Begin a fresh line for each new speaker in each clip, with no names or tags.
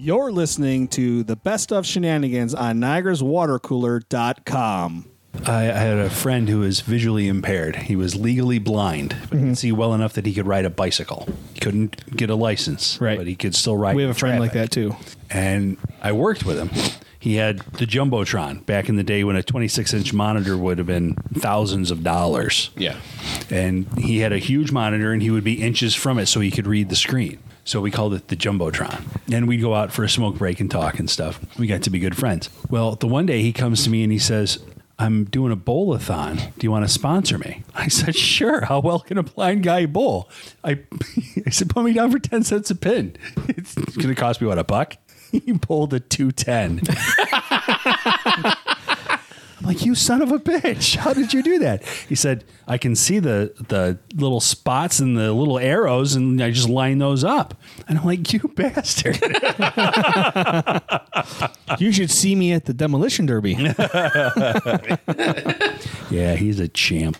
listening to the best of shenanigans on niagaraswatercooler.com.
I, I had a friend who was visually impaired. He was legally blind, but
Mm-hmm.
he could see well enough that he could ride a bicycle. He couldn't get a license,
Right.
but he could still ride.
We have
in
a friend like
traffic.
that too.
and I worked with him. He had the jumbotron back in the day when a 26 inch monitor would have been thousands of dollars.
Yeah.
and he had a huge monitor and he would be inches from it so he could read the screen. So we called it the Jumbotron. And we'd go out for a smoke break and talk and stuff. We got to be good friends. Well, the one day he comes to me and he says, I'm doing a bowl-a-thon. Do you want to sponsor me? I said, sure. How well can a blind guy bowl? I, I said, put me down for 10 cents a pin. It's going to cost me, what, a buck? He bowled a 210. I'm like, you son of a bitch! How did you do that? He said, I can see the the little spots and the little arrows, and I just line those up. And I'm like, you bastard!
You should see me at the demolition derby.
yeah, he's a champ.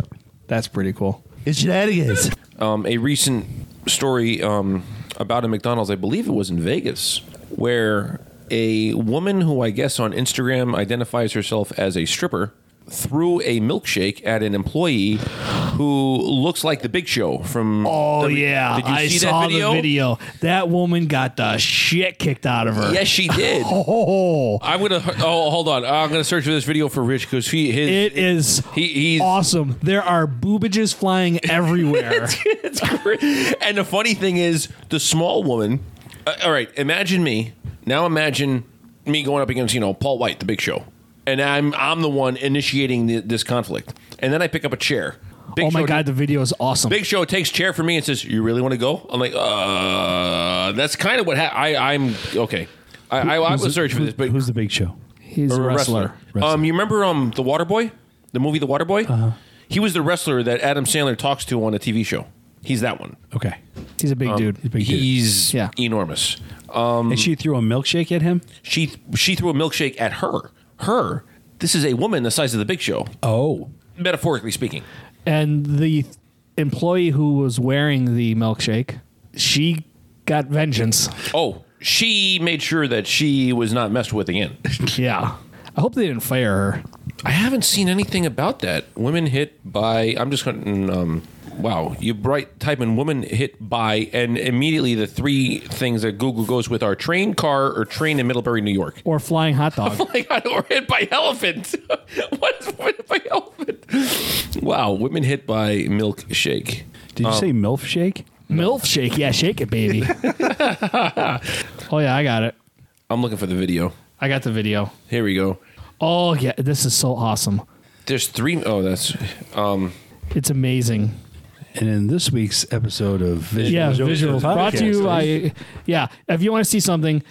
That's pretty cool.
It's shenanigans.
um, a recent story um, about a McDonald's, I believe it was in Vegas, where a woman who I guess on Instagram identifies herself as a stripper threw a milkshake at an employee who looks like the Big Show from.
Oh
W-
yeah,
did you
I
see
saw
that video?
the video. That woman got the shit kicked out of her.
Yes, she did.
Oh,
I'm gonna. Oh, hold on. I'm gonna search for this video for Rich because he his
it is
He- he's-
awesome. There are boobages flying everywhere.
It's great. And the funny thing is, the small woman. Uh, all right, imagine me. Now imagine me going up against you know Paul White, the Big Show, and I'm I'm the one initiating the, this conflict. And then I pick up a chair. Big
oh my
Show-
god, the video is awesome.
Big Show takes chair from me and says, "You really want to go?" I'm like, "Uh, that's kind of what ha- I I'm okay." I, I, I was search for this, but
who's the big show?
He's a
or
wrestler. Uh-huh.
Um, you remember um the Water Boy, the movie The Water Boy? He was the wrestler that Adam Sandler talks to on a TV show. He's that one.
Okay,
He's a big dude.
big dude.
He's
Yeah.
enormous. um,
and she threw a milkshake at him.
She she threw a milkshake at her. Her. This is a woman the size of the Big Show,
Oh,
metaphorically speaking.
And the employee who was wearing the milkshake, she got vengeance.
Oh, she made sure that she was not messed with again.
yeah. I hope they didn't fire her.
I haven't seen anything about that. Women hit by. I'm just going. to Um, wow, you bright type in "woman hit by" and immediately the three things that Google goes with are train, car, or train in Middlebury, New York.
Or flying hot dog.
Oh my god, or hit by elephant. what is woman hit by elephant? Wow, women hit by milkshake.
did
Um,
you say milf shake?
Milf shake. Yeah, shake it, baby. oh, yeah, I got it.
I'm looking for the video.
I got the video.
Here we go.
Oh, yeah, this is so awesome.
There's three oh that's um
It's amazing.
And in this week's episode of Visuals,
Yeah, visuals. Brought to you uh, by, yeah, if you want to see something,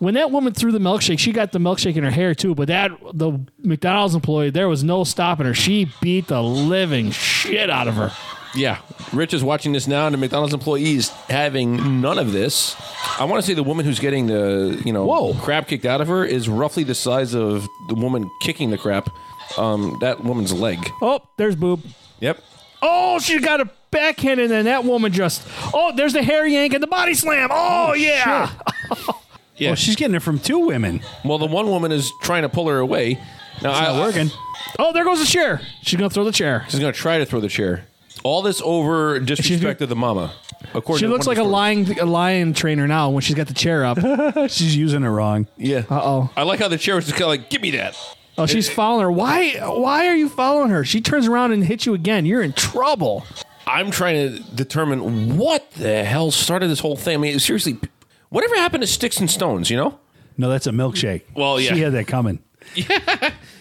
when that woman threw the milkshake, she got the milkshake in her hair too, but that, the McDonald's employee, there was no stopping her. She beat the living shit out of her.
yeah. Rich is watching this now and the McDonald's employee is having none of this. I want to say the woman who's getting the you know
Whoa.
crap kicked out of her is roughly the size of the woman kicking the crap. Um that woman's leg.
Oh, there's boob.
Yep.
Oh, she got a backhand, and then that woman just. Oh, there's the hair yank and the body slam. Oh, yeah.
Yeah.
Well, she's getting it from two women.
well the one woman is trying to pull her away. Now I, uh,
Not working.
Oh, there goes the chair. She's gonna throw the chair.
She's gonna try to throw the chair. All this over disrespect of the mama. According
She
to
looks
one
like
of the
a
stories.
lion, a lion trainer now when she's got the chair up. Uh
She's using it wrong.
Yeah.
oh.
I like how the chair was just kind of like, give me that.
Oh, she's following her. Why? Why are you following her? She turns around and hits you again. You're in trouble.
I'm trying to determine what the hell started this whole thing. I mean, seriously, p- whatever happened to sticks and stones, you know?
No, that's a milkshake.
Well, yeah.
she had that coming. Yeah.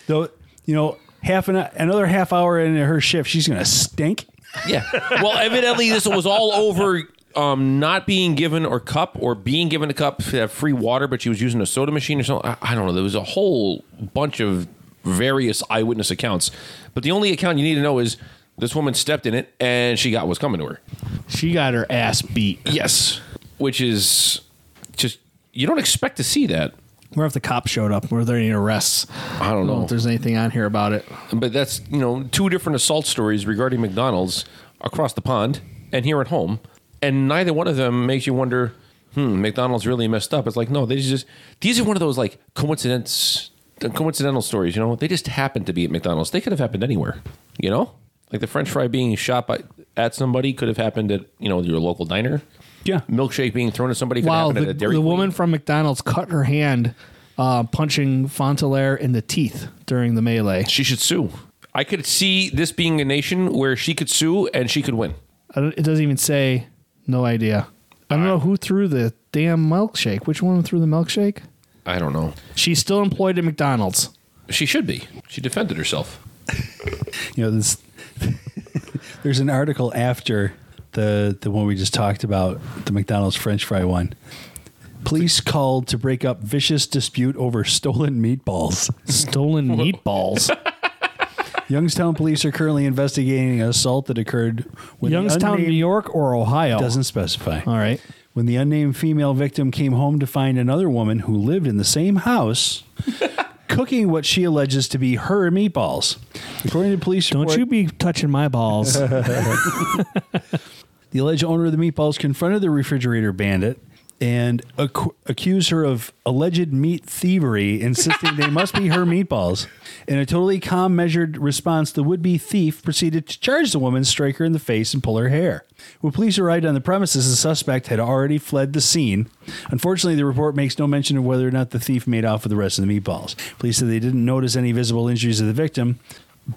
Though, you know, half an another half hour into her shift, she's gonna stink.
Yeah. well, evidently, this was all over um, not being given or cup or being given a cup to have free water, but she was using a soda machine or something. I, I don't know. There was a whole bunch of various eyewitness accounts. But the only account you need to know is this woman stepped in it and she got what's coming to her.
She got her ass beat.
Yes. Which is just, you don't expect to see that.
Where if the cops showed up? Were there any arrests?
I don't know.
if there's anything on here about it.
But that's you know two different assault stories regarding McDonald's across the pond and here at home, and neither one of them makes you wonder hmm, McDonald's really messed up. It's like, no, they just these are one of those like coincidence coincidental stories, you know? They just happened to be at McDonald's. They could have happened anywhere, you know? Like the French fry being shot by, at somebody could have happened at, you know, your local diner.
Yeah.
Milkshake being thrown at somebody could
Wow,
happen at
the,
a dairy
the
Queen.
woman from McDonald's cut her hand uh, punching Fontelaire in the teeth during the melee.
She should sue. I could see this being a nation where she could sue and she could win.
I don't, it doesn't even say. No idea. I don't know who threw the damn milkshake. Which one threw the milkshake?
I don't know.
She's still employed at McDonald's.
She should be. She defended herself.
you know this there's an article after the the one we just talked about the mcdonald's french fry one police called to break up vicious dispute over stolen meatballs
Stolen meatballs.
youngstown police are currently investigating an assault that occurred when the
Youngstown,
unnamed-
New York, or Ohio?
doesn't specify
All right.
when the unnamed female victim came home to find another woman who lived in the same house cooking what she alleges to be her meatballs according to police
Don't
report-
you be touching my balls.
The alleged owner of the meatballs confronted the refrigerator bandit and ac- accused her of alleged meat thievery, insisting they must be her meatballs. In a totally calm, measured response, the would be thief proceeded to charge the woman, strike her in the face, and pull her hair. When police arrived on the premises, the suspect had already fled the scene. Unfortunately, the report makes no mention of whether or not the thief made off with the rest of the meatballs. Police said they didn't notice any visible injuries of the victim,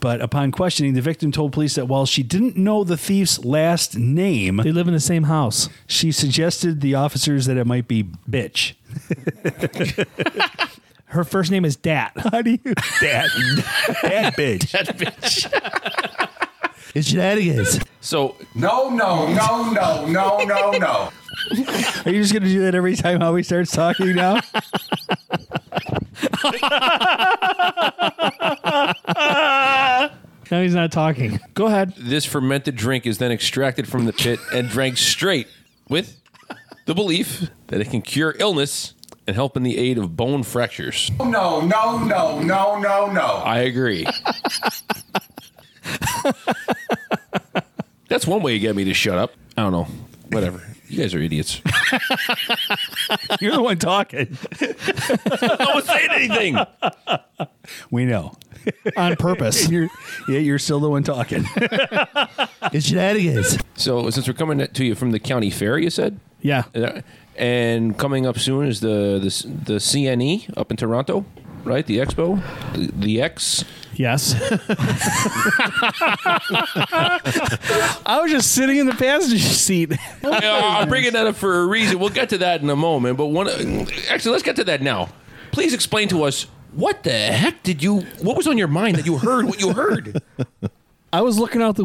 but upon questioning, the victim told police that while she didn't know the thief's last name,
they live in the same house.
she suggested the officers that it might be bitch.
Her first name is Dat.
How do you that that bitch? That bitch. It's shenanigans.
So
No, no, no, no, no, no, no.
Are you just gonna do that every time Howie starts talking now?
No, he's not talking. Go ahead.
this fermented drink is then extracted from the pit and drank straight with the belief that it can cure illness and help in the aid of bone fractures.
No, no, no, no, no, no.
I agree. That's one way you get me to shut up. I don't know. Whatever. You guys are idiots.
You're the one talking.
I was saying anything.
We know.
On purpose.
You're yeah, you're still the one talking. it's shenanigans.
So since we're coming to you from the county fair, you said,
Yeah.
and coming up soon is the the, the CNE up in Toronto, right? The expo, the, the X.
Yes. I was just sitting in the passenger seat.
Oh, Yeah, I'm bringing that up for a reason. We'll get to that in a moment. But one, actually, let's get to that now. Please explain to us what the heck did you? What was on your mind that you heard what you heard?
I was looking out the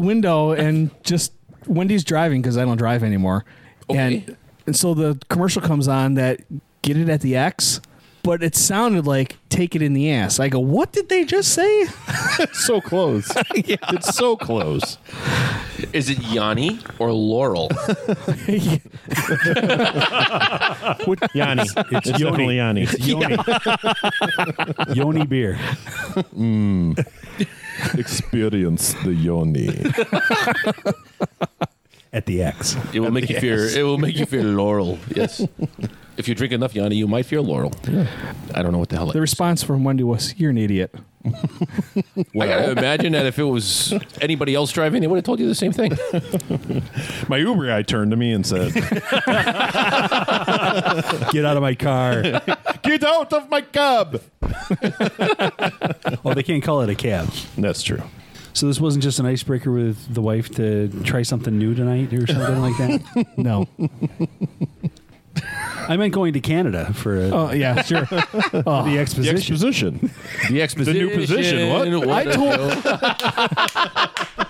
window and just Wendy's driving because I don't drive anymore.
Okay.
And and so the commercial comes on that get it at the X, but it sounded like take it in the ass. I go, what did they just say?
so close. It's so close.
Is it Yanni or Laurel?
Yanni. It's, definitely Yanni.
Yoni. Yoni beer.
Experience the Yoni.
At the X.
It will make you fear. It will make you fear Laurel. Yes. If you drink enough Yanni, you might fear Laurel. I don't know what the hell. It
The response from Wendy was, "You're an idiot."
I gotta imagine that if it was anybody else driving, they would have told you the same thing.
My Uber guy turned to me and said,
Get out of my car.
Get out of my cab.
Oh, they can't call it a cab.
That's true.
So this wasn't just an icebreaker with the wife to try something new tonight or something like that.
No.
I meant going to Canada for a,
Oh yeah, sure.
the
The
exposition.
exposition.
The exposition.
new position, what?
I told.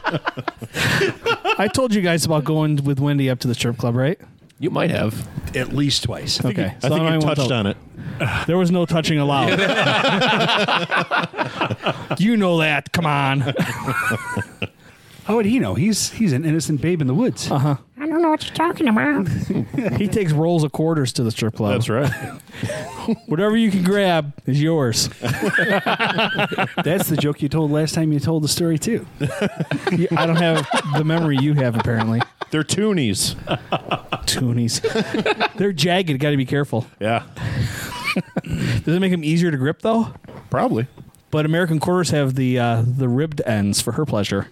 I told you guys about going with Wendy up to the strip club, right?
You might have.
At least twice.
Okay.
I think you
won't
touched
tell-
on it.
There was no touching allowed. you know that. Come on.
How would he know? He's he's an innocent babe in the woods. Uh-huh.
I don't know what you're talking about.
He takes rolls of quarters to the strip club.
That's right.
Whatever you can grab is yours.
That's the joke you told last time you told the story too.
You- I don't have the memory you have, apparently.
They're toonies.
Toonies. They're jagged. Got to be careful.
Yeah,
Does it make them easier to grip though?
probably.
But American quarters have the uh, the ribbed ends for her pleasure.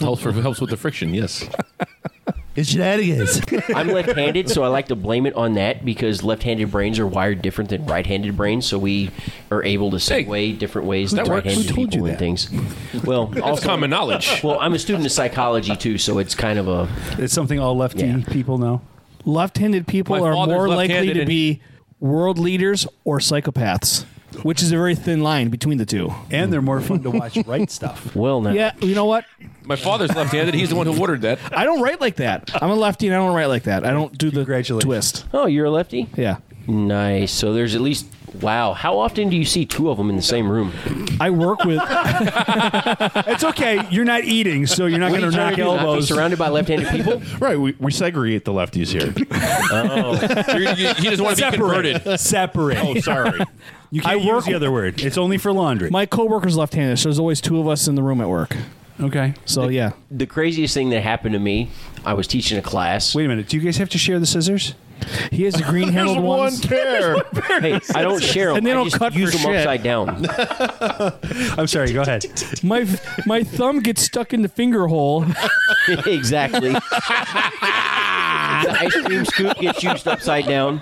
helps, for, helps with the friction, yes.
It's shenanigans.
I'm left-handed, so I like to blame it on that because left-handed brains are wired different than right-handed brains, so we are able to segue different ways than
that works.
right-handed
Who
told
people
you
and things. Well,
That's
also,
common knowledge.
well, I'm a student of psychology too, so it's kind of a
It's something all lefty
Yeah.
people know.
Left-handed people
My
are
father's
more likely
left-handed
to
and-
be world leaders or psychopaths, which is a very thin line between the two.
And they're more fun to watch write stuff.
well now.
Yeah, you know what?
My father's left-handed. He's the one who ordered that.
I don't write like that. I'm a lefty and I don't write like that. I don't do the
Congratulations.
twist.
Oh, you're a lefty.
Yeah.
Nice. So there's at least wow. How often do you see two of them in the same room?
I work with
It's okay. You're not eating, so you're not going to knock
Not be
elbows.
surrounded by left-handed people.
Right, we, we segregate the lefties here.
You're- you- He doesn't want to be converted.
Separate.
oh, sorry.
You can't
I work-
use the other word. It's only for laundry.
my coworker's left-handed, so there's always two of us in the room at work.
okay.
So yeah.
The craziest thing that happened to me, I was teaching a class.
Wait a minute. Do you guys have to share the scissors?
He has the green-handled ones.
pair.
Hey, I don't share them.
And they
I
don't
just
cut
use
for
them
shit.
upside down.
I'm sorry. Go ahead.
My my thumb gets stuck in the finger hole.
exactly. the ice cream scoop gets used upside down.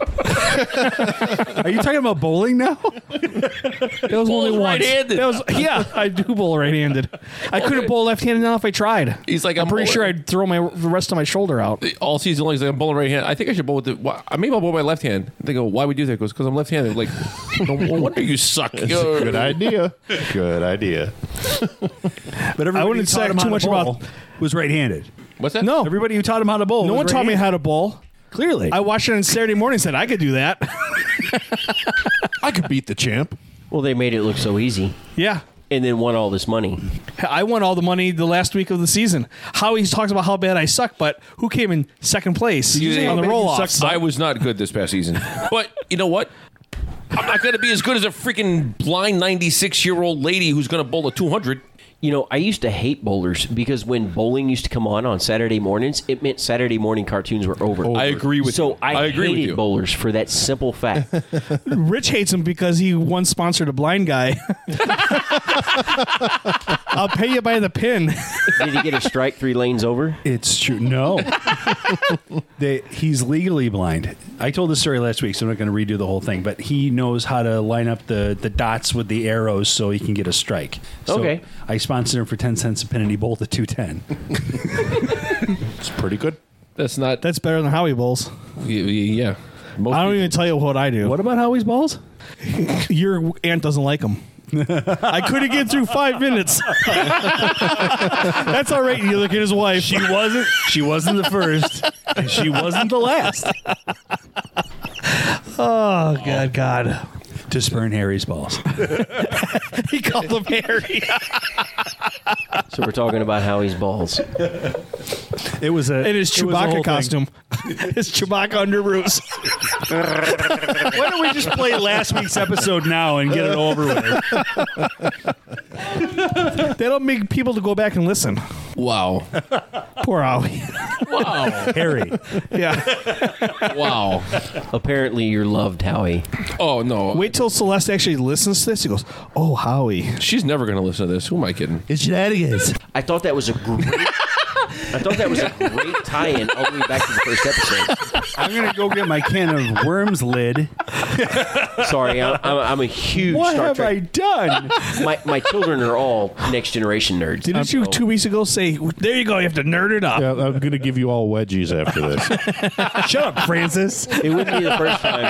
Are you talking about bowling now?
That was only
bowls
once.
right-handed.
That was yeah. I do bowl right-handed. I couldn't bowl left-handed now if I tried.
He's like,
I'm,
I'm
pretty
bowling-
sure I'd throw my the rest of my shoulder out.
All season long, he's like, I'm bowling right hand. I think I should bowl with the. Why, maybe I'll bowl with my left hand. They go, why would you do that? He Goes, because I'm left-handed. Like, no wonder you suck. You're-
Good idea. Good idea.
But everybody
wouldn't
who taught
say
him how
too
to
much
bowl
about-
was right-handed.
What's that?
No,
Everybody who taught him how to bowl.
no one taught me how to bowl.
Clearly,
I watched it on Saturday morning. and Said I could do that.
I could beat the champ.
Well, they made it look so easy,
yeah.
and then won all this money.
I won all the money the last week of the season. Howie talks about how bad I suck, but who came in second place
You-
on the roll off?
I was not good this past season. But you know what? I'm not going to be as good as a freaking blind 96 year old lady who's going to bowl a 200.
You know, I used to hate bowlers because when bowling used to come on on Saturday mornings, it meant Saturday morning cartoons were over.
I agree with
so
you.
I,
I agree with
hated
you.
bowlers for that simple fact.
Rich hates him because he once sponsored a blind guy. I'll pay you by the pin.
Did he get a strike three lanes over?
It's true. No, they, he's legally blind. I told this story last week, so I'm not going to redo the whole thing. But he knows how to line up the, the dots with the arrows so he can get a strike. So
Okay.
I sponsored him for ten cents a pin, and he bowled a two ten.
It's pretty good.
That's not.
That's better than Howie Bowls.
y- y- yeah. Most
I don't
people-
even tell you what I do.
What about Howie's balls?
Your aunt doesn't like him. I couldn't get through five minutes. That's all right. You look at his wife.
She wasn't. She wasn't the first. and she wasn't the last
Oh, God, God.
to spurn Harry's balls.
He called him Harry.
So we're talking about Howie's balls.
It was a.
In his
it was a whole
Chewbacca
thing.
costume. his Chewbacca underoos.
Why don't we just play last week's episode now and get it over with?
That'll make people to go back and listen.
Wow.
Poor Howie.
Wow.
Harry,
Yeah.
wow.
Apparently, you're loved, Howie.
Oh, no.
Wait till Celeste actually listens to this. She goes, "Oh, Howie."
She's never going to listen to this. Who am I kidding?
It's shenanigans.
I thought that was a great. I thought that was a great tie-in all the way back to the first episode.
I'm gonna go get my can of worms lid.
Sorry, I'm, I'm, I'm a huge Star Trek.
done?
My, my children are all next generation nerds.
Didn't you two weeks ago say, "There you go, you have to nerd it up"?
Yeah, I'm gonna give you all wedgies after this.
Shut up, Francis.
It wouldn't be the first time.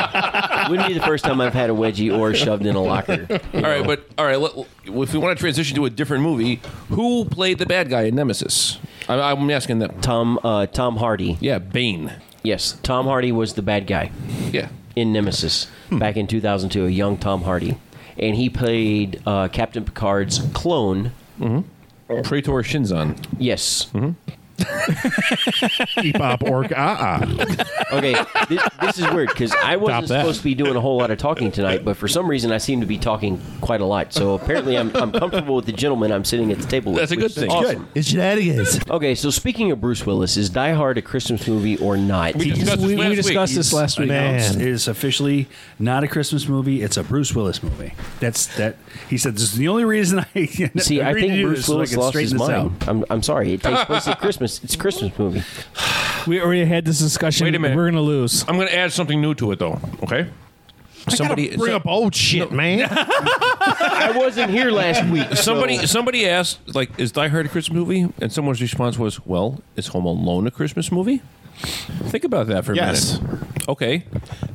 It wouldn't be the first time I've had a wedgie or shoved in a locker.
All right, but all right. Let, if we want to transition to a different movie, who played the bad guy in Nemesis? I, I'm asking them.
Tom uh, Tom Hardy.
Yeah, Bane.
Yes, Tom Hardy was the bad guy
Yeah.
in Nemesis
Hmm.
back in 2002. A young Tom Hardy, and he played uh, Captain Picard's clone.
Oh.
Praetor Shinzon.
Yes,
Epop orc ah ah.
Okay, this, this is weird because I wasn't
Stop that.
supposed to be doing a whole lot of talking tonight, but for some reason I seem to be talking quite a lot. So apparently I'm, I'm comfortable with the gentleman I'm sitting at the table with.
That's a
which
good
is
thing.
Awesome.
It's shenanigans.
Okay, so speaking of Bruce Willis, is Die Hard a Christmas movie or not?
We discussed this
we,
last
we discussed
week.
this last week.
It
Man.
is officially not a Christmas movie. It's a Bruce Willis movie. That's that. He said this is the only reason I
See, I
agreed to
think
do
Bruce
this so
Willis
I can
lost
straighten
his
this out.
mind. I'm, I'm sorry. It takes place at Christmas. It's a Christmas movie.
We already had this discussion.
Wait a minute.
We're going to lose.
I'm going to add something new to it, though. Okay. Somebody
Bring
so-
up old shit, man.
I wasn't here last week.
Somebody somebody asked like, "Is Die Hard a Christmas movie?" And someone's response was, "Well, is Home Alone a Christmas movie?" Think about that for a
Yes.
minute. Okay,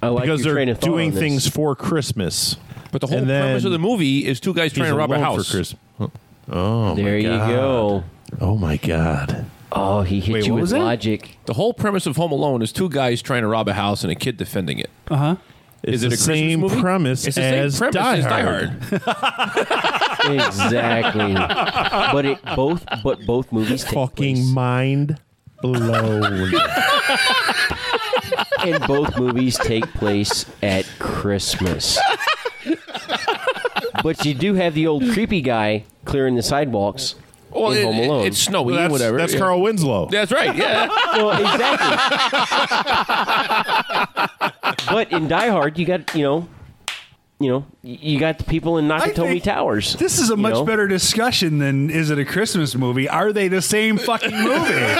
I like
Because they're
your train of thought
doing
on this.
things for Christmas.
but the whole
And then
premise of the movie is two guys
he's
trying to rob a
alone
house.
for Christmas.
There you go.
Oh my god.
Oh, he hit
Wait,
you
what
with
was that?
logic.
The whole premise of Home Alone is two guys trying to rob a house and a kid defending it. Is
It's
it a
the
Christmas
same
movie?
premise
It's the same
as
premise
Die
as Die
Hard.
Hard.
Exactly. but it both but both movies take
Fucking
place-
mind blown.
and both movies take place at Christmas. but you do have the old creepy guy clearing the sidewalks
Well,
in
it-
Home
it-
Alone.
it's snowy,
that's,
whatever.
That's
Yeah.
Carl Winslow.
That's right. Yeah.
well, exactly. but in Die Hard, you got you know, you know, you got the people in Nakatomi
think
Towers.
This is a
you
much
know?
better discussion than is it a Christmas movie? Are they the same fucking movie?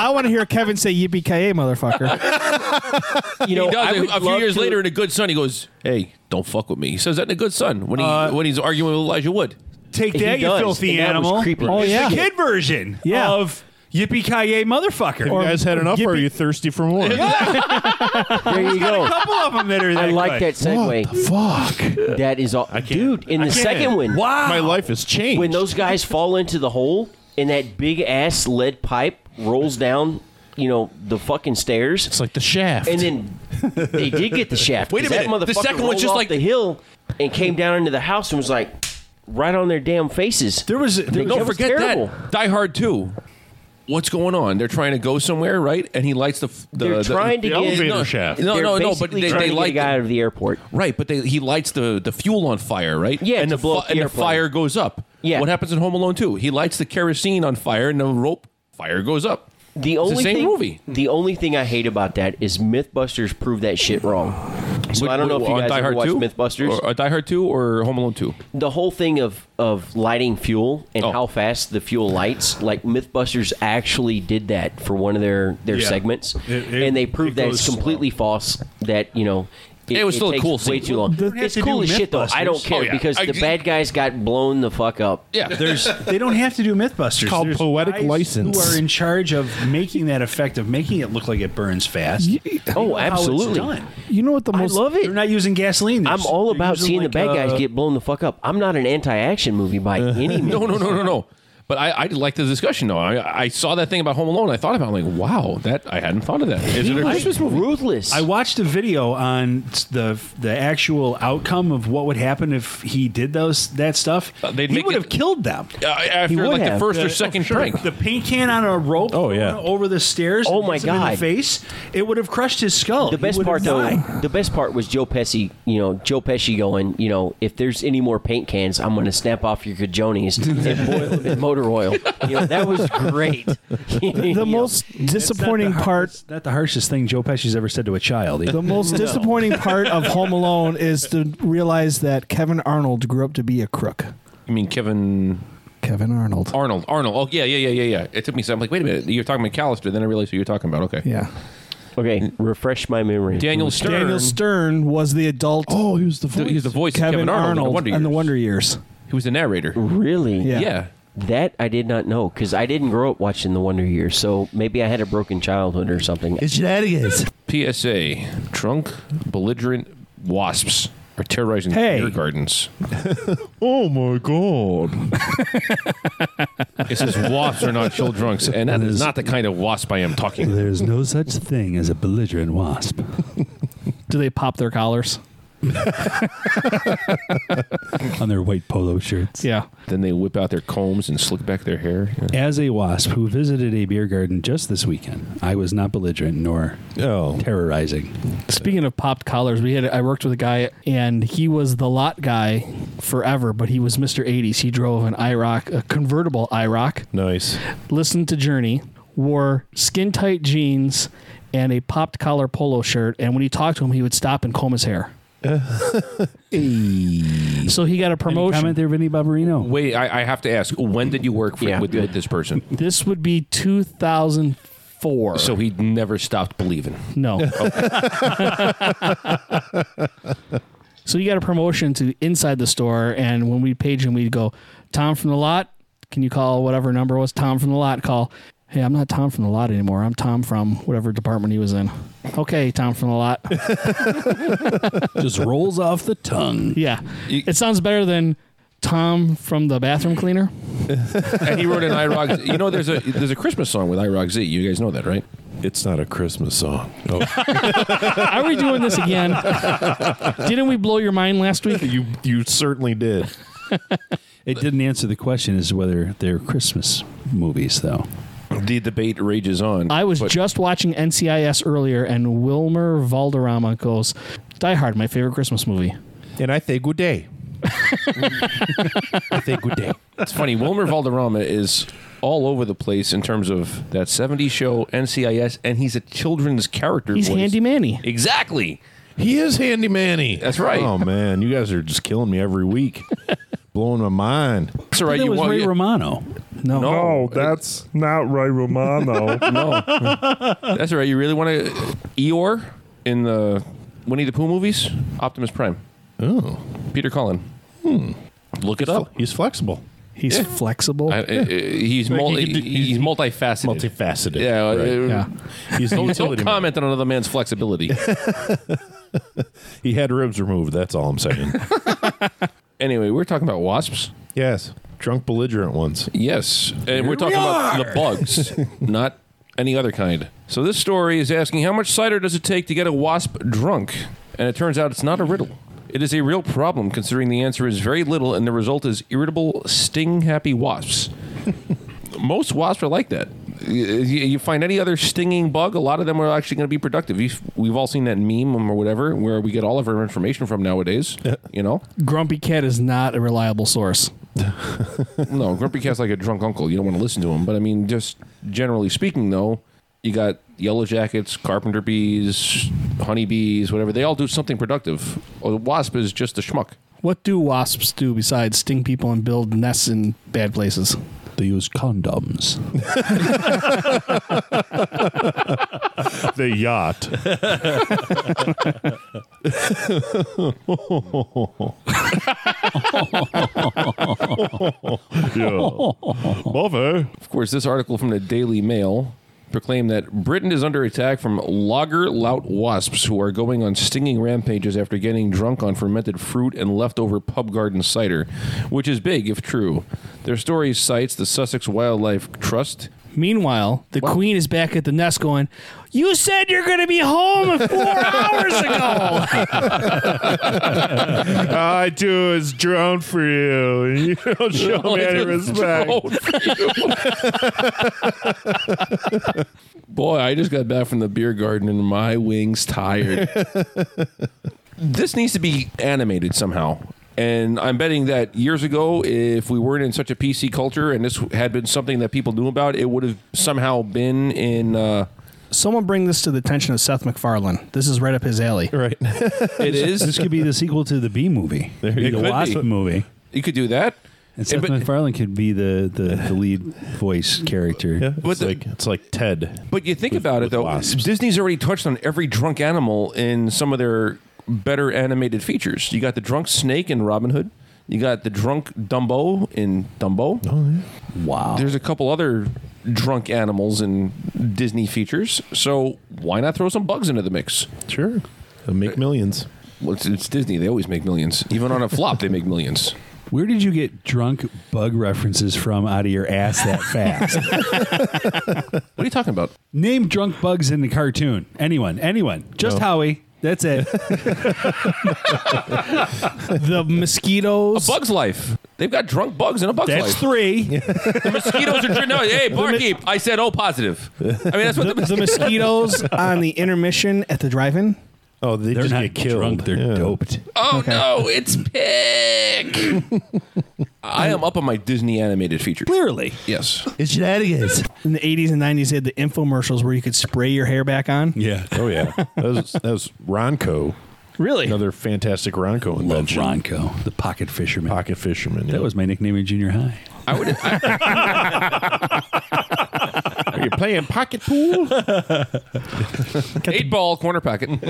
I want to hear Kevin say yippee ki motherfucker.
You know,
He
I
does.
would
it. A few
love
years
to-
later, in a good son, he goes, "Hey, don't fuck with me." He says that in a good son when he when he's arguing with Elijah Wood.
Take
He
that, you
does,
filthy
and that was
animal!
creepy.
Oh,
It's
yeah.
the kid version
Yeah.
of Yippee Ki Yay, motherfucker.
you guys had enough, or are
Yippee-
you thirsty for more?
There you
Got a
go.
couple of them that are. That
I like
good.
that segue.
Fuck.
That is all, dude. In the second one,
Wow.
My life has changed.
when those guys fall into the hole and that big ass lead pipe rolls down, you know, the fucking stairs,
it's like the shaft.
and then they did get the shaft.
Wait a
'cause that
minute, the
motherfucker
second one's
rolled
just
off
like-
the hill and came down into the house and was like right on their damn faces.
There was. There
That
Don't
was
forget
terrible.
that Die Hard Two. What's going on? They're trying to go somewhere, right? And he lights the. f- the
They're
the-
trying to
the
get
elevator
no,
shaft.
No,
they're
no, no. But
basically
they,
trying
they
to get
light
a guy
the,
out of the airport.
right. But they, he lights the, the fuel on fire, right?
Yeah,
and
to
the
blow
fi-
up the
and the
airplane.
fire goes up.
Yeah.
What happens in Home Alone Two? He lights the kerosene on fire, and the rope fire goes up.
The
It's
only
the same
thing,
movie.
The only thing I hate about that is MythBusters proved that shit wrong. So I don't know if you
on
guys
Die
ever
Hard
watched
2?
MythBusters.
or, or Die Hard Two or Home Alone Two.
the whole thing of of lighting fuel and
Oh.
how fast the fuel lights like mythbusters actually did that for one of their their
Yeah.
segments
It- it-
and they
it
proved that it's
goes
completely false that you know
It was still a
takes
cool
way
scene.
too long
They don't have
it's
to
cool
do
as shit though i don't
Mythbusters.
care
Oh, yeah.
because
I-
the bad guys got blown the fuck up
Yeah.
There's, they don't have to do MythBusters.
called
There's
poetic
guys
license.
Who are in charge of making that effect of making it look like it burns fast?
oh
How it's
absolutely
done.
You know what the
i
most
love
They're
it
not using gasoline. They're
i'm
s-
all
they're
about
using
seeing the
like,
bad
uh,
guys get blown the fuck up i'm not an anti-action movie by any means
No, no, no, no, no. But I, I like the discussion though. I, I saw that thing about Home Alone. I thought about it, like, wow, that I hadn't thought of that. Is it a Christmas movie?
ruthless
I watched a video on s- the the actual outcome of what would happen if he did those that stuff.
Uh, they'd
he
make
would
it-
have killed them.
Uh, after
would
like
have.
the first
The-
or second prank.
The paint can on a rope.
Oh, yeah.
thrown over the stairs.
Oh,
and
my
hits him in
God.
the face. It would have crushed his skull.
The
He
best
would
part
have
though,
died.
the best part was Joe Pesci. You know, Joe Pesci going, you know, if there's any more paint cans, I'm going to snap off your cajones and boil them in motor oil. You know, that was great.
the most disappointing part
It's not the harshest thing Joe Pesci's ever said to a child.
The most disappointing part of Home Alone is to realize that Kevin Arnold grew up to be a crook.
you mean Kevin
Kevin Arnold.
Arnold? Arnold. Oh yeah, yeah, yeah, yeah, yeah. It took me. some I'm like, wait a minute. You're talking about Callister. Then I realized who you're talking about. Okay.
Yeah.
okay, refresh my memory.
Daniel Stern.
Daniel Stern was the adult.
oh, he was the voice.
He was the voice of Kevin Arnold, in Wonder
and the
Years.
Wonder Years.
He was the narrator.
Really?
Yeah.
Yeah.
That I did not know because I didn't grow up watching The Wonder Years, so maybe I had a broken childhood or something.
It's shenanigans.
PSA: Drunk, belligerent wasps are terrorizing
Hey.
beer gardens.
Oh my god.
It says wasps are not chill drunks, and that is not the kind of wasp I am talking.
There's no such thing as a belligerent wasp.
Do they pop their collars? on their white polo shirts.
Yeah.
Then they whip out their combs and slick back their hair. Yeah.
As a wasp who visited a beer garden just this weekend, I was not belligerent nor
Oh.
terrorizing.
Speaking of popped collars, we had I worked with a guy and he was the lot guy forever, but he was Mr. 80s. He drove an IROC, a convertible IROC,
Nice.
listened to Journey, wore skin tight jeans and a popped collar polo shirt, and when you talked to him, he would stop and comb his hair. so he got a promotion.
Comment there, Vinny Barbarino.
Oh. Wait, I, I have to ask. When did you work for,
Yeah,
with,
good.
with this person?
This would be 2004.
So he never stopped believing.
No. so he got a promotion to inside the store, and when we page him, we'd go, Tom from the lot, can you call whatever number it was Tom from the lot? Call. Hey, I'm not Tom from the lot anymore. I'm Tom from whatever department he was in. Okay, Tom from the lot.
Just rolls off the tongue.
Yeah. it sounds better than Tom from the bathroom cleaner.
And he wrote an IROG. You know, there's a there's a Christmas song with IROG Z. You guys know that, right?
It's not a Christmas song. Oh,
Are we doing this again? Didn't we blow your mind last week?
you you certainly did.
It didn't answer the question as to whether they're Christmas movies, though.
The debate rages on.
I was
But
just watching NCIS earlier, and Wilmer Valderrama goes, "Die Hard, my favorite Christmas movie."
And I think good day. I think good day.
it's funny. Wilmer Valderrama is all over the place in terms of that 70s show, NCIS, and he's a children's character.
He's
voice.
Handy Manny.
Exactly.
He is Handy Manny.
That's right.
Oh man, you guys are just killing me every week, blowing my mind.
That's all right.
That
You
was
want
Ray
you-
Romano.
No,
No,
that's not Ray Romano.
that's all right. You really want to Eeyore in the Winnie the Pooh movies? Optimus Prime.
Oh,
Peter Cullen. Hmm. Look it up.
he's flexible,
he's flexible.
I, I- I- he's
Like, he
multi,
could do-
he's,
he's-
multifaceted.
multifaceted.
yeah, uh,
right.
yeah,
he's a
Don't, don't
utility man.
comment on another man's flexibility.
He had ribs removed. That's all I'm saying.
anyway, we're talking about wasps.
yes, drunk belligerent ones.
Yes, and we're talking about the bugs, not any other kind. So this story is asking how much cider does it take to get a wasp drunk? And it turns out it's not a riddle. It is a real problem considering the answer is very little and the result is irritable, sting happy wasps. Most wasps are like that. Y- y- You find any other stinging bug, a lot of them are actually going to be productive. You've- We've all seen that meme or whatever where we get all of our information from nowadays. You know,
Grumpy Cat is not a reliable source.
No, Grumpy Cat's like a drunk uncle. You don't want to listen to him. But I mean, just generally speaking, though, you got yellow jackets, carpenter bees, honeybees, whatever. They all do something productive. Or the wasp is just a schmuck.
What do wasps do besides sting people and build nests in bad places?
They use condoms.
The yacht. yeah. Buffet.
Of course, this article from the Daily Mail proclaimed that Britain is under attack from lager lout wasps who are going on stinging rampages after getting drunk on fermented fruit and leftover pub garden cider, which is big if true. Their story cites the Sussex Wildlife Trust,
Meanwhile, the queen is back at the nest going, You said you're going to be home four hours ago.
I do is drown for you. and You don't show me any respect.
Boy, I just got back from the beer garden and my wings tired. this needs to be animated somehow. And I'm betting that years ago, if we weren't in such a PC culture and this had been something that people knew about, it would have somehow been in. Uh,
Someone bring this to the attention of Seth MacFarlane. This is right up his alley.
Right.
it
This
is.
could be the sequel to the B movie.
you
the
go.
wasp
Could be.
movie.
You could do that.
And Seth
but-
MacFarlane could be the, the, the lead voice character.
Yeah,
But
it's
the-
like it's like Ted.
But you think about it
with
though,
wasps.
Disney's already touched on every drunk animal in some of their better animated features. You got the drunk snake in Robin Hood. You got the drunk Dumbo in Dumbo.
Oh,
Wow.
There's a couple other drunk animals in Disney features. So why not throw some bugs into the mix?
Sure, They'll make millions.
Well, it's, it's Disney. They always make millions. Even on a flop, they make millions.
Where did you get drunk bug references from out of your ass that fast?
What are you talking about?
Name drunk bugs in the cartoon. Anyone, anyone. Just Howie.
That's it.
The mosquitoes.
Bug's life. They've got drunk bugs in a bug's
That's
life.
three.
the mosquitoes are dr- no. Hey, barkeep. I said O positive. I mean, that's what the,
the mosquitoes on the intermission at the drive-in.
Oh, they
They're
just
not
get killed.
drunk. They're
Yeah.
doped.
Oh no, it's pig. I am up on my Disney animated feature.
Clearly,
Yes.
It's shenanigans.
in the '80s and '90s, they had the infomercials where you could spray your hair back on.
Yeah.
Oh yeah, that was, that was Ronco,
Really?
another fantastic Ronco
Love
invention.
Ronco, the pocket fisherman.
Pocket fisherman.
That was my nickname in junior high.
I would. I,
Are you playing pocket pool?
eight ball corner pocket.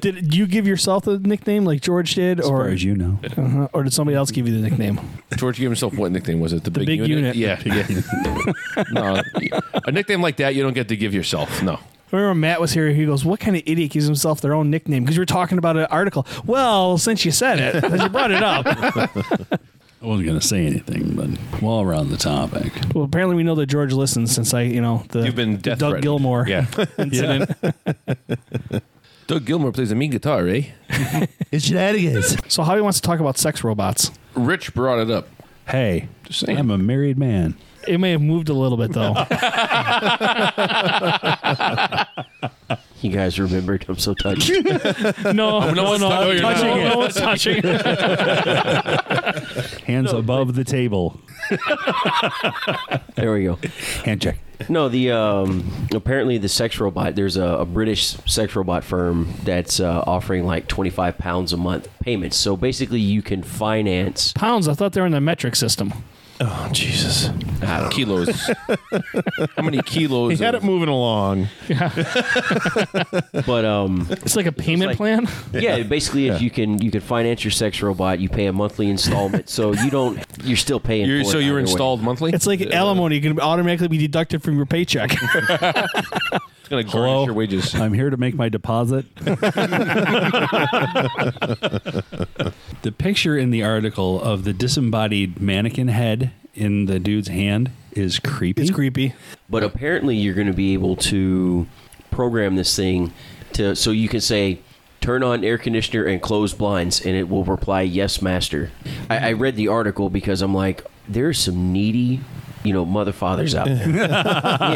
Did you give yourself a nickname like George did,
As far
or
as you know.
Uh-huh. or did somebody else give you the nickname?
George gave himself what nickname was it? The,
big unit.
Yeah. yeah. no, a nickname like that you don't get to give yourself. No.
I remember when Matt was here. He goes, "What kind of idiot gives himself their own nickname?" Because you were talking about an article. Well, since you said it, since you brought it up.
I wasn't going to say anything, but while we're on the topic,
Well, apparently we know that George listens since I, you know, the
You've been
the
death
Doug
threatened.
Gilmore
Yeah.
incident.
Doug Gilmore plays a mean guitar, eh?
It's shenanigans.
So how he wants to talk about sex robots?
Rich brought it up.
hey,
saying.
I'm a married man.
It may have moved a little bit though.
You guys remembered. I'm so touched.
No, no,
one's
no,
touching
I'm
it.
touching
No,
it.
no
No one's touching it.
Hands above the table.
there we go.
Hand check.
No, the um, apparently the sex robot. There's a, a British sex robot firm that's uh, offering like 25 pounds a month payments. So basically, you can finance.
Pounds. I thought they were in the metric system.
Jesus.
Kilos. How many
He
kilos?
had
of-
it moving along.
But um,
It's like a payment
like-
plan.
yeah, basically, if you can you can finance your sex robot, you pay a monthly installment, so you don't you're still paying.
You're,
for it
so
either
you're
way.
installed monthly.
It's like alimony; you can automatically be deducted from your paycheck.
It's gonna garnish
Hello?
your wages.
I'm here to make my deposit. the picture in the article of the disembodied mannequin head in the dude's hand is creepy.
it's creepy.
But apparently, you're going to be able to program this thing to so you can say, "Turn on air conditioner and close blinds," and it will reply, "Yes, master." I, I read the article because I'm like, there's some needy, you know, mother fathers out there. you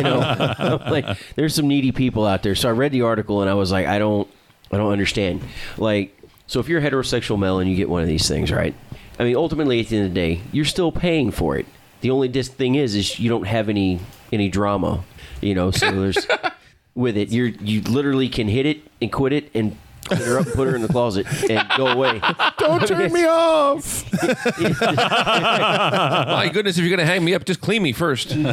know, I'm like there's some needy people out there. So I read the article and I was like, I don't, I don't understand. Like, so if you're a heterosexual male and you get one of these things, right? I mean, ultimately, at the end of the day, you're still paying for it. The only dis- thing is, is you don't have any any drama, you know. So there's with it, you're you literally can hit it and quit it and clean her up, put her in the closet, and go away.
Don't turn me off.
My goodness, if you're gonna hang me up, just clean me first.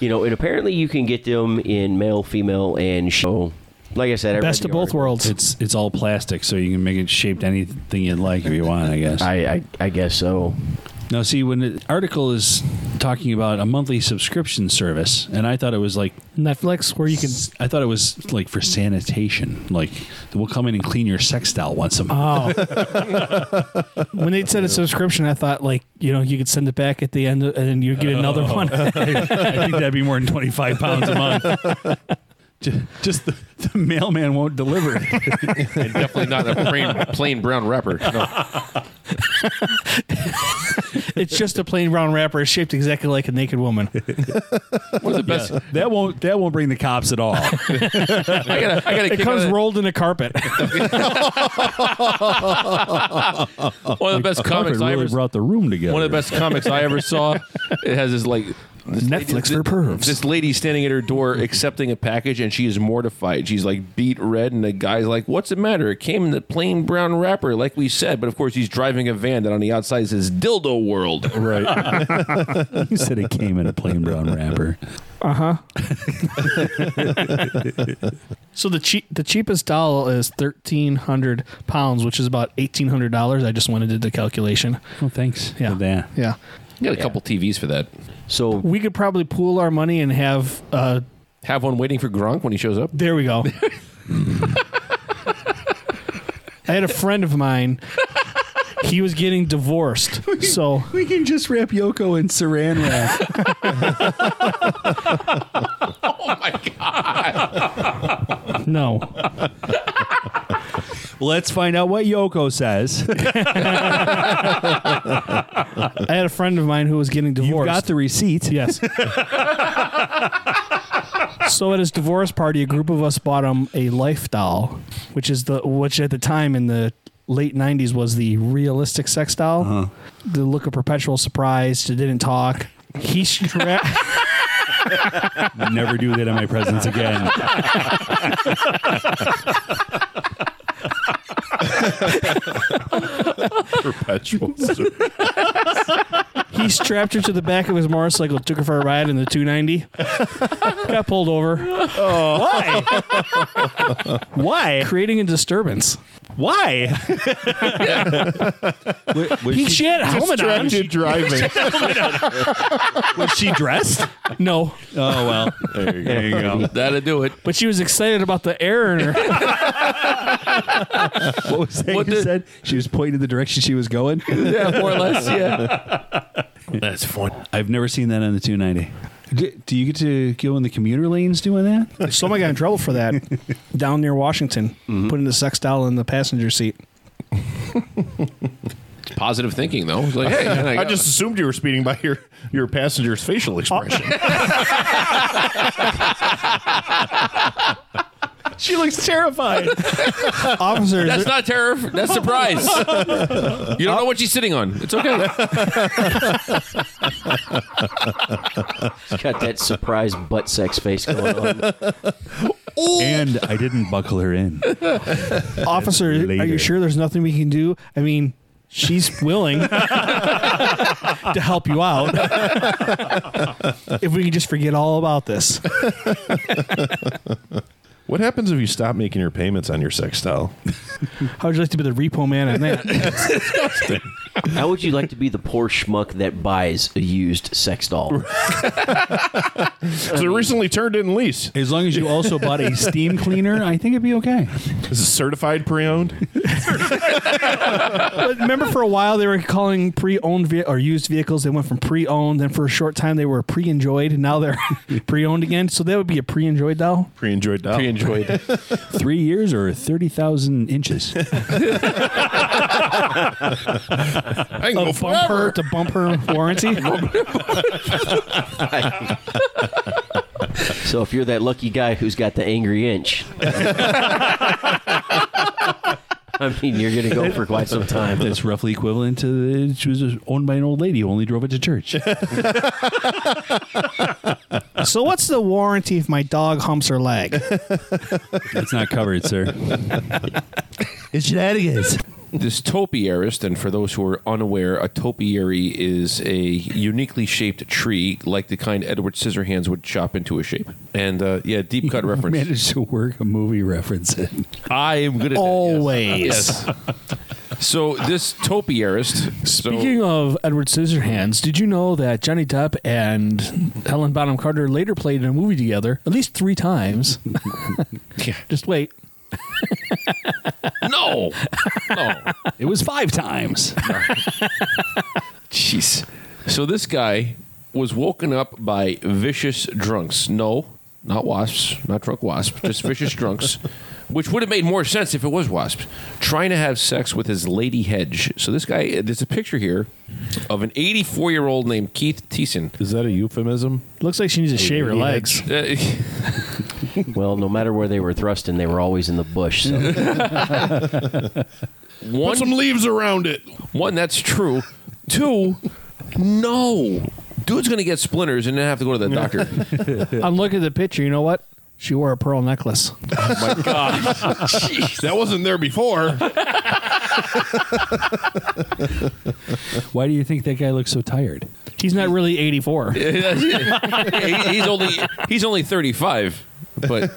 You know, and apparently you can get them in male, female, and show. Like I said, I
Best
read
of
the
both
article.
worlds.
It's it's all plastic, so you can make it shaped anything you'd like if you want. I guess.
I, I I guess so.
Now, see, when the article is talking about a monthly subscription service, and I thought it was like
Netflix, where you can.
I thought it was like for sanitation, like we'll come in and clean your sex doll once a month.
Oh,
When they said a subscription, I thought like you know you could send it back at the end of- and you get
Uh-huh.
another
Oh.
one.
I think that'd be more than twenty five pounds a month. Ju- Just the, the mailman won't deliver it.
and definitely not a plain, plain brown wrapper. No.
it's just a plain brown wrapper It's shaped exactly like a naked woman.
One of the best.
That won't that won't bring the cops at all.
I gotta, I gotta
It
kick out
comes
of-
rolled in a carpet.
One of the best comics I ever.
brought the room together.
One of the best comics I ever saw. It has this like this
Netflix
lady,
for pervs.
This lady standing at her door accepting a package, and she is mortified. She's like beat red, and the guy's like, "What's the matter? It came in the plain brown wrapper, like we said." But of course, he's driving a van that on the outside says "Dildo World."
right. you said it came in a plain brown wrapper.
So the cheap, the cheapest doll is thirteen hundred pounds, which is about eighteen hundred dollars. I just went and did the calculation.
Oh, thanks.
Yeah.
for that.
Yeah,
You got a couple TVs for that.
So
we could probably pool our money and have. Uh,
Have one waiting for Gronk when he shows up.
there we go. I had a friend of mine. He was getting divorced, so
We can just wrap Yoko in saran wrap.
Oh my god!
No.
Let's find out what Yoko says.
I had a friend of mine who was getting divorced.
You got the receipt.
Yes. so at his divorce party, a group of us bought him a life doll, which is the which at the time in the late '90s was the realistic sex doll. The look of perpetual surprise. It didn't talk. He strapped.
Never do that in my presence again.
Perpetual.
he strapped her to the back of his motorcycle, took her for a ride in the 290. Got pulled over,
Why? Why?
creating a disturbance.
Why?
He, she had a helmet on.
Distracted driving.
Was she dressed?
No,
Oh well.
There you go.
There you go.
That'll do it.
but she was excited about the air in her.
What was that
What
you
the-
said? She was pointing the direction she was going.
Yeah, more or less. Yeah.
That's fun.
I've never seen that on the 290. Do, do you get to go in the commuter lanes doing that?
Someone got in trouble for that down near Washington, putting the sex doll in the passenger seat.
It's positive thinking, though. It's like, hey, I,
I just assumed you were speeding by your, your passenger's facial expression.
She looks terrified.
Officers,
That's not terror. That's surprise. you don't know what she's sitting on. It's okay.
Got that surprise butt sex face going on.
and I didn't buckle her in.
officer, are
later.
you sure there's nothing we can do? I mean, she's willing to help you out. if we can just forget all about this.
what happens if you stop making your payments on your sextile?
How would you like to be the repo man on that?
How would you like to be the poor schmuck that buys a used sex doll?
It's a recently turned in lease.
As long as you also bought a steam cleaner, I think it'd be okay.
Is it certified pre owned?
but remember, for a while they were calling pre-owned ve- or used vehicles. They went from pre-owned, and for a short time they were pre-enjoyed. And now they're pre-owned again. So that would be a pre-enjoyed doll.
Pre enjoyed doll.
enjoyed.
Three years or 30,000 inches.
I
A
can go
bumper
forever.
to bumper warranty.
So if you're that lucky guy who's got the angry inch, I mean, you're going to go for quite some time.
That's roughly equivalent to the, she was owned by an old lady who only drove it to church.
so what's the warranty if my dog humps her leg?
That's not covered, sir.
It's shenanigans.
this topiarist, and for those who are unaware, a topiary is a uniquely shaped tree, like the kind Edward Scissorhands would chop into a shape. And uh, yeah, deep cut reference.
Managed to work a movie reference in.
I am good at
Always.
That, yes. So this topiarist.
Speaking of Edward Scissorhands, did you know that Johnny Depp and Helen Bonham Carter later played in a movie together at least three times? Just wait.
so, no, no,
It was five times.
jeez. So this guy was woken up by vicious drunks. No, not wasps, not drunk wasps, just vicious drunks. Which would have made more sense if it was wasps trying to have sex with his lady hedge. So this guy, there's a picture here of an 84 year old named Keith Thiessen.
Is that a euphemism?
Looks like she needs to shave her
yeah.
legs.
Uh,
Well, no matter where they were thrusting, they were always in the bush. So
one,
Put some leaves around it.
one, that's true. Two, no, dude's gonna get splinters and then have to go to the doctor.
I'm looking at the picture. You know what? She wore a pearl necklace.
That wasn't there before.
Why do you think that guy looks so tired?
He's not really 84.
He- he's only he's only 35 but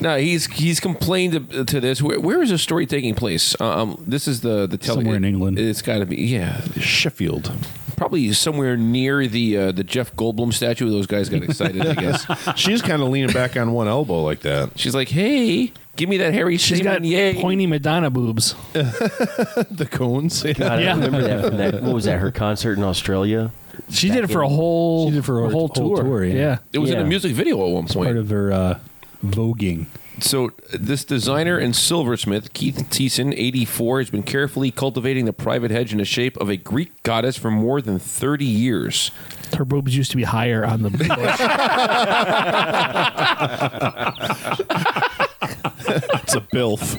no he's he's complained to this where, where is this story taking place um this is the the tele-
Somewhere in England.
it's got to be yeah
Sheffield.
probably somewhere near the uh, the Jeff Goldblum statue those guys got excited I guess
She's kind of leaning back on one elbow like that.
she's like hey give me that Harry
She's got
Shaman yay
pointy Madonna boobs.
The cones.
God,
Yeah.
I remember that from that. What was that? Her concert in Australia.
She did it for a whole,
She did it for a
whole
whole
tour.
tour, yeah.
it was in
Yeah.
a music video at one
Part
point
of her uh, voguing.
So this designer and silversmith Keith Thiessen, 84, has been carefully cultivating the private hedge in the shape of a Greek goddess for more than 30 years.
Her boobs used to be higher on the
It's a bilf.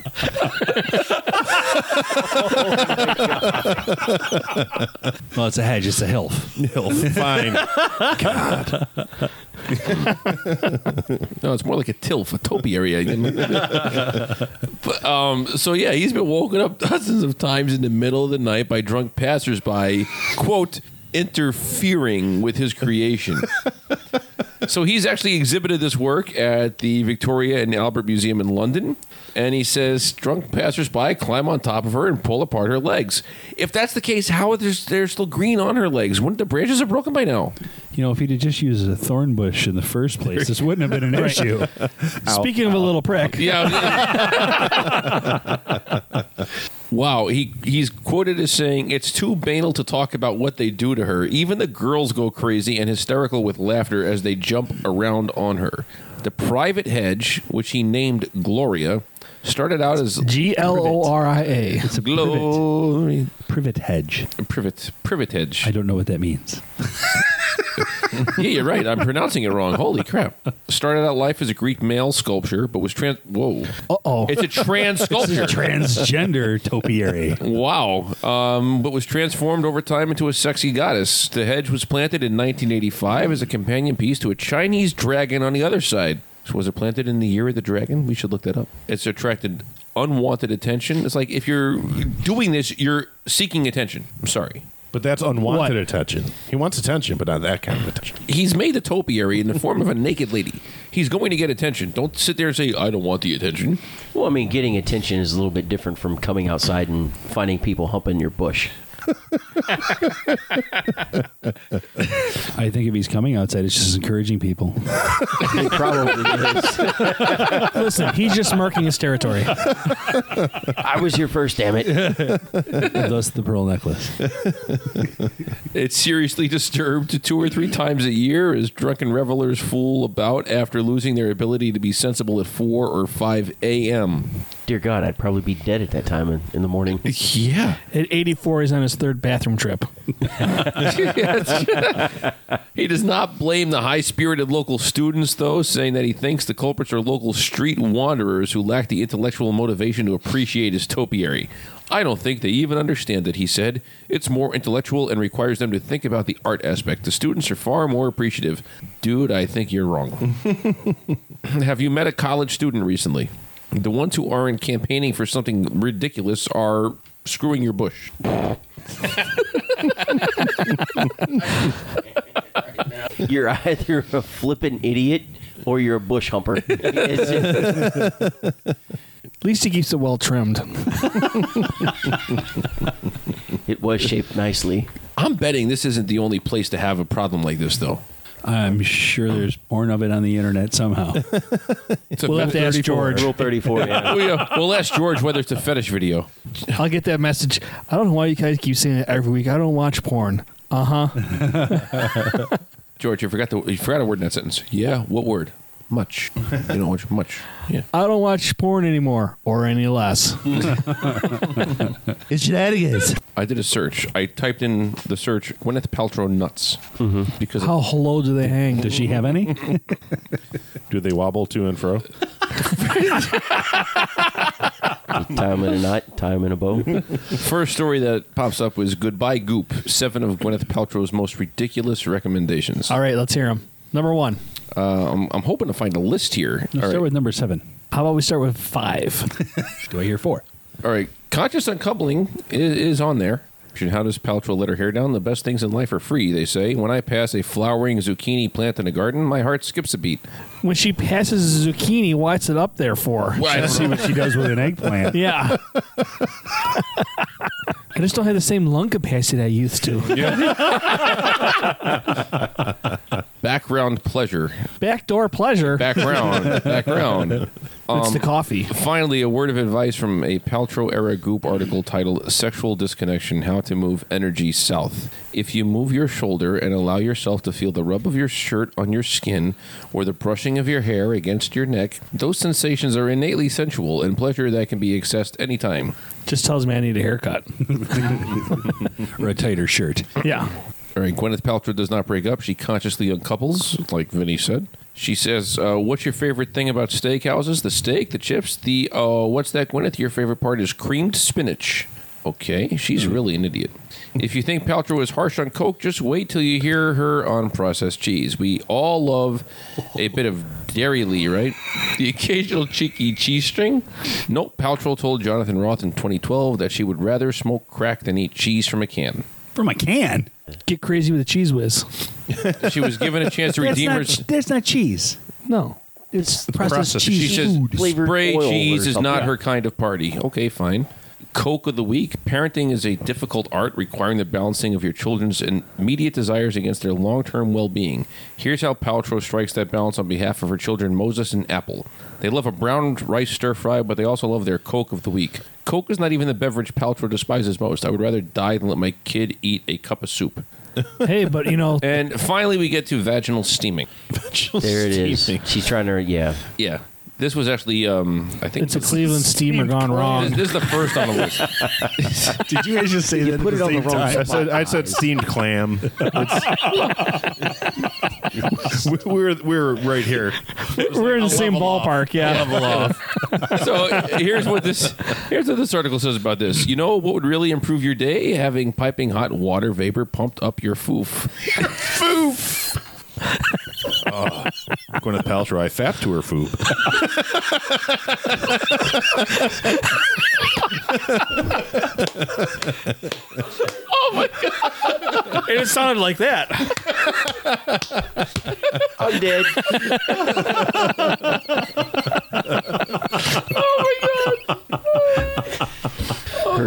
Well, it's a hedge. It's a hilf.
Hilf. Fine.
God.
No, it's more like a tilf, a topiary. but, um, so yeah, he's been woken up dozens of times in the middle of the night by drunk passersby, quote, interfering with his creation. so he's actually exhibited this work at the Victoria and Albert Museum in London, and he says drunk passersby climb on top of her and pull apart her legs. If that's the case, how are there there's still green on her legs? Wouldn't the branches are broken by now?
You know, if he'd have just used a thorn bush in the first place, this wouldn't have been an
Right.
issue.
Speaking of a little prick.
Yeah. wow. He he's quoted as saying, "It's too banal to talk about what they do to her. Even the girls go crazy and hysterical with laughter as they jump around on her." The private hedge, which he named Gloria, started out as
G L O R I A.
It's a privet,
Gloria
privet hedge.
privet privet hedge.
I don't know what that means.
yeah, you're right. I'm pronouncing it wrong. Holy crap! Started out life as a Greek male sculpture, but was trans. Whoa!
Uh oh.
It's a trans sculpture.
Transgender topiary.
Wow. Um, but was transformed over time into a sexy goddess. The hedge was planted in 1985 as a companion piece to a Chinese dragon on the other side. So was it planted in the year of the dragon? We should look that up. It's attracted unwanted attention. It's like if you're doing this, you're seeking attention. I'm sorry.
But that's unwanted
What?
attention. He wants attention, but not that kind of attention.
He's made the topiary in the form of a naked lady. He's going to get attention. Don't sit there and say, I don't want the attention.
Well, I mean, getting attention is a little bit different from coming outside and finding people humping your bush.
I think if he's coming outside, it's just encouraging people.
It probably is.
Listen, he's just marking his territory.
I was here first, damn it.
Thus, the pearl necklace.
It's seriously disturbed two or three times a year as drunken revelers fool about after losing their ability to be sensible at 4 or 5 a.m.
Dear God, I'd probably be dead at that time in, in the morning.
Yeah.
At 84, he's on his third bathroom trip.
he does not blame the high spirited local students, though, saying that he thinks the culprits are local street wanderers who lack the intellectual motivation to appreciate his topiary. I don't think they even understand it, he said. It's more intellectual and requires them to think about the art aspect. The students are far more appreciative. Dude, I think you're wrong. Have you met a college student recently? The ones who aren't campaigning for something ridiculous are screwing your bush.
You're either a flippin' idiot or you're a bush humper. It's just-
At least he keeps it well trimmed.
it was shaped nicely.
I'm betting this isn't the only place to have a problem like this, though.
I'm sure there's porn of it on the internet somehow.
It's a
We'll have
fetish-
to ask
34.
George.
Rule 34, yeah.
we, uh, we'll ask George whether it's a fetish video.
I'll get that message. I don't know why you guys keep saying it every week. I don't watch porn. Uh huh.
George, you forgot the you forgot a word in that sentence. Yeah, what word? Much. You don't watch much. Yeah.
I don't watch porn anymore or any less.
It's shenanigans.
I did a search. I typed in the search Gwyneth Paltrow nuts because
Mm-hmm. How low Oh, do they hang?
Does she have any?
Do they wobble to and fro?
Tie 'em in a knot, tie 'em in a bow.
First story that pops up was Goodbye Goop, seven of Gwyneth Paltrow's most ridiculous recommendations.
All right, let's hear them. Number one.
Uh, I'm, I'm hoping to find a list here.
Let's
All
start
right.
with number seven.
How about we start with five?
Do I hear four?
All right. Conscious uncoupling is, is on there. How does Paltrow let her hair down? The best things in life are free, they say. When I pass a flowering zucchini plant in a garden, my heart skips a beat.
When she passes a zucchini, what's it up there for?
See what she does with an eggplant.
Yeah. I just don't have the same lung capacity I used to.
background pleasure.
Backdoor pleasure.
Background. background.
Um,
It's the coffee.
Finally, a word of advice from a Paltrow era goop article titled Sexual Disconnection How to Move Energy South. If you move your shoulder and allow yourself to feel the rub of your shirt on your skin or the brushing of your hair against your neck, those sensations are innately sensual and pleasure that can be accessed anytime.
Just tells me I need a haircut.
or a tighter shirt.
Yeah.
All right, Gwyneth Paltrow does not break up. She consciously uncouples, like Vinny said. She says, uh, "What's your favorite thing about steakhouses? The steak, the chips, the uh, what's that, Gwyneth? Your favorite part is creamed spinach." Okay, she's really an idiot. If you think Paltrow is harsh on Coke, just wait till you hear her on processed cheese. We all love a bit of dairy lee, right? The occasional cheeky cheese string. Nope, Paltrow told Jonathan Roth in 2012 that she would rather smoke crack than eat cheese from a can.
From a can.
Get crazy with a cheese whiz.
She was given a chance to
That's
redeem
not
her.
That's not cheese.
No. It's processed,
She
cheese.
says
food.
spray
oil
cheese
or
is
something.
not
Yeah.
her kind of party. Okay, fine. Coke of the week. Parenting is a difficult art requiring the balancing of your children's immediate desires against their long term well being. Here's how Paltrow strikes that balance on behalf of her children, Moses and Apple. They love a brown rice stir fry, but they also love their Coke of the week. Coke is not even the beverage Paltrow despises most. I would rather die than let my kid eat a cup of soup.
hey, but you know,
And finally, we get to vaginal steaming.
There it is. She's trying to, yeah.
Yeah. This was actually, um, I think
it's a Cleveland steamer gone
This,
wrong.
this is the first on the list.
Did you guys just say that?
put it on the wrong
I
spot.
said, I said steamed clam. It's- we're we're right here.
We're in the same ballpark. Yeah.
so here's what this here's what this article says about this. You know what would really improve your day? Having piping hot water vapor pumped up your foof.
Gwyneth Paltrow, I fap to her food.
it sounded like that.
I'm dead.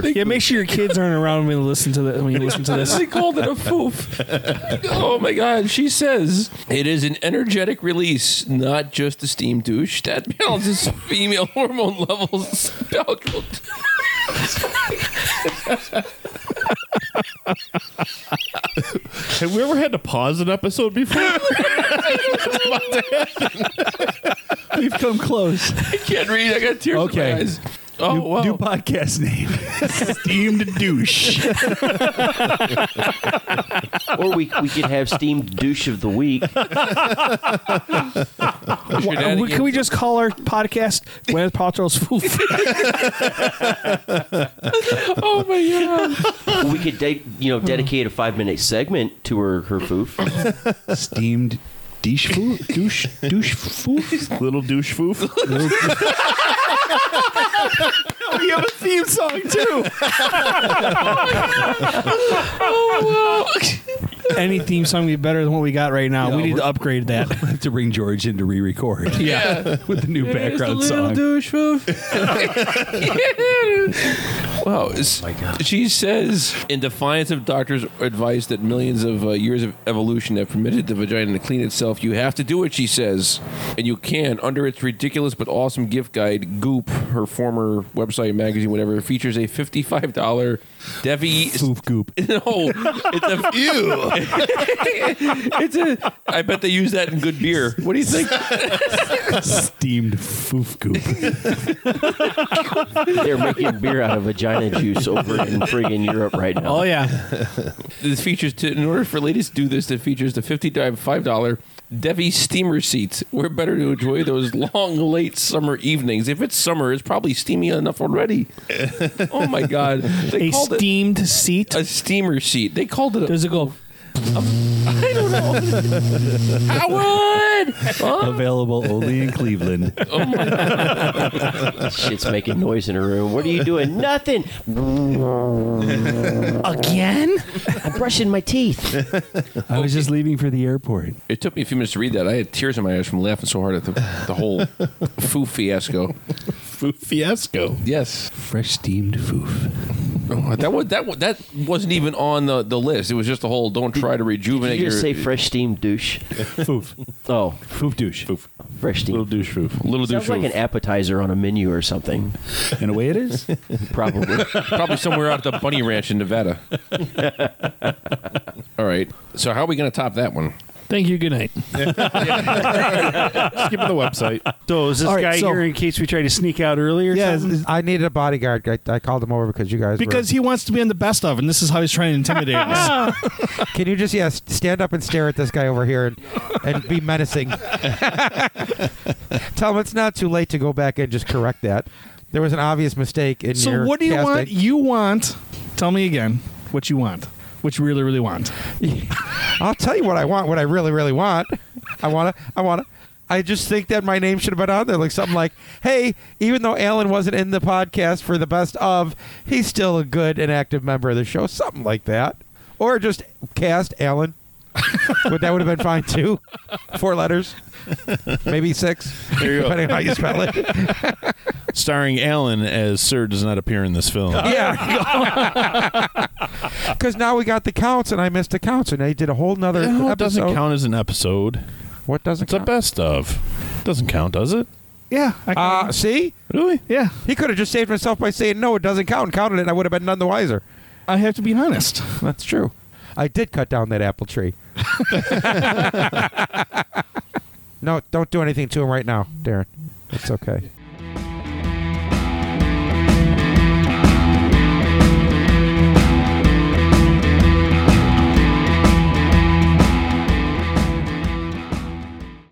Yeah, make sure your kids aren't around when you listen to the, when you listen to this.
They called it a foof. Oh my god, she says it is an energetic release, not just a steam douche that balances female hormone levels. Paltrow-
Have we ever had to pause an episode before?
We've come close.
I can't read. I got tears
Okay.
in my eyes. Oh wow.
uh,
New podcast name.
Steamed douche.
Or we, we could have steamed douche of the week.
Why-
Shenanigans.
can Uh, we just call our podcast Gwyneth Paltrow's Foof?
oh my god.
We could de- you know dedicate a five minute segment to her her foof.
Steamed douche foo? Douche, douche foo?
Little douche foof.
we have a theme song too.
Any theme song would be better than what we got right now. we need to upgrade that.
I have to bring George in to re record. Yeah. With the new background song.
Wow. it's-
Oh
She says, in defiance of doctors' advice that millions of uh, years of evolution have permitted the vagina to clean itself, you have to do it, she says. And you can, under its ridiculous but awesome gift guide, Goop, her former website, magazine, whatever, features a $55 Devi.
Foof goop.
No, it's a it's a. I bet they use that in good beer. What do you think?
Steamed foof goop.
They're making beer out of vagina juice over in friggin' Europe right now.
yeah.
This features to in order for ladies to do this, it features the fifty five dollar Devi steamer seats. We're better to enjoy those long late summer evenings. If it's summer, it's probably steamy enough already. Oh my god. They
A
called it
steamed seat.
a steamer seat. They called it a, Um,
Does it go?
I don't know. Howard! Huh?
Available only in Cleveland.
Shit's making noise in her room. What are you doing? Nothing.
Again?
I'm brushing my teeth.
I was just leaving for the airport.
It took me a few minutes to read that. I had tears in my eyes from laughing so hard at the, the whole foo fiasco.
Fiasco.
Yes. Oh,
Fresh steamed foof.
That was that wa- that wasn't even on the, the list. It was just the whole don't try to rejuvenate
Did you
your
just say fresh steam douche? Foof. Oh. Foof douche. Foof. Fresh steam. Little douche foof.
Little
Sounds
douche
like
foof.
an appetizer on a menu or something.
In a way it is.
Probably.
Probably somewhere out at the Bunny Ranch in Nevada. All right. So how are we going to top that one?
Thank you. Good night.
Skipping the website.
So is this
All right,
guy
so-
here in case we try to sneak out early or
Yeah,
something?
I needed a bodyguard. I, I called him over because you guys.
Because he wants to be in the best of, and this is how he's trying to intimidate us.
were, can you just yes stand up and stare at this guy over here and, and be menacing? Tell him it's not too late to go back and just correct that. There was an obvious mistake in
So
your.
what do you
casting.
want? You want? Tell me again what you want. What you really, really want?
I'll tell you what I want. What I really, really want. I want to. I want to. I just think that my name should have been on there, like something like, "Hey, even though Alan wasn't in the podcast for the best of, he's still a good and active member of the show." Something like that, or just cast Alan. but that would have been fine too. Four letters, maybe six,
There you go.
depending on how you spell it.
Starring Alan as Sir does not appear in this film.
Yeah. Because now we got the counts, and I missed the counts, and I did a whole nother
No,
episode.
it doesn't count as an episode.
What doesn't?
It's a best of. Doesn't count, does it?
Yeah.
uh, see?
Really?
Yeah.
He could have just saved himself by saying, no, it doesn't count, and counted it, and I would have been none the wiser.
I have to be honest.
That's true. I did cut down that apple tree. no, don't do anything to him right now, Darren. It's okay.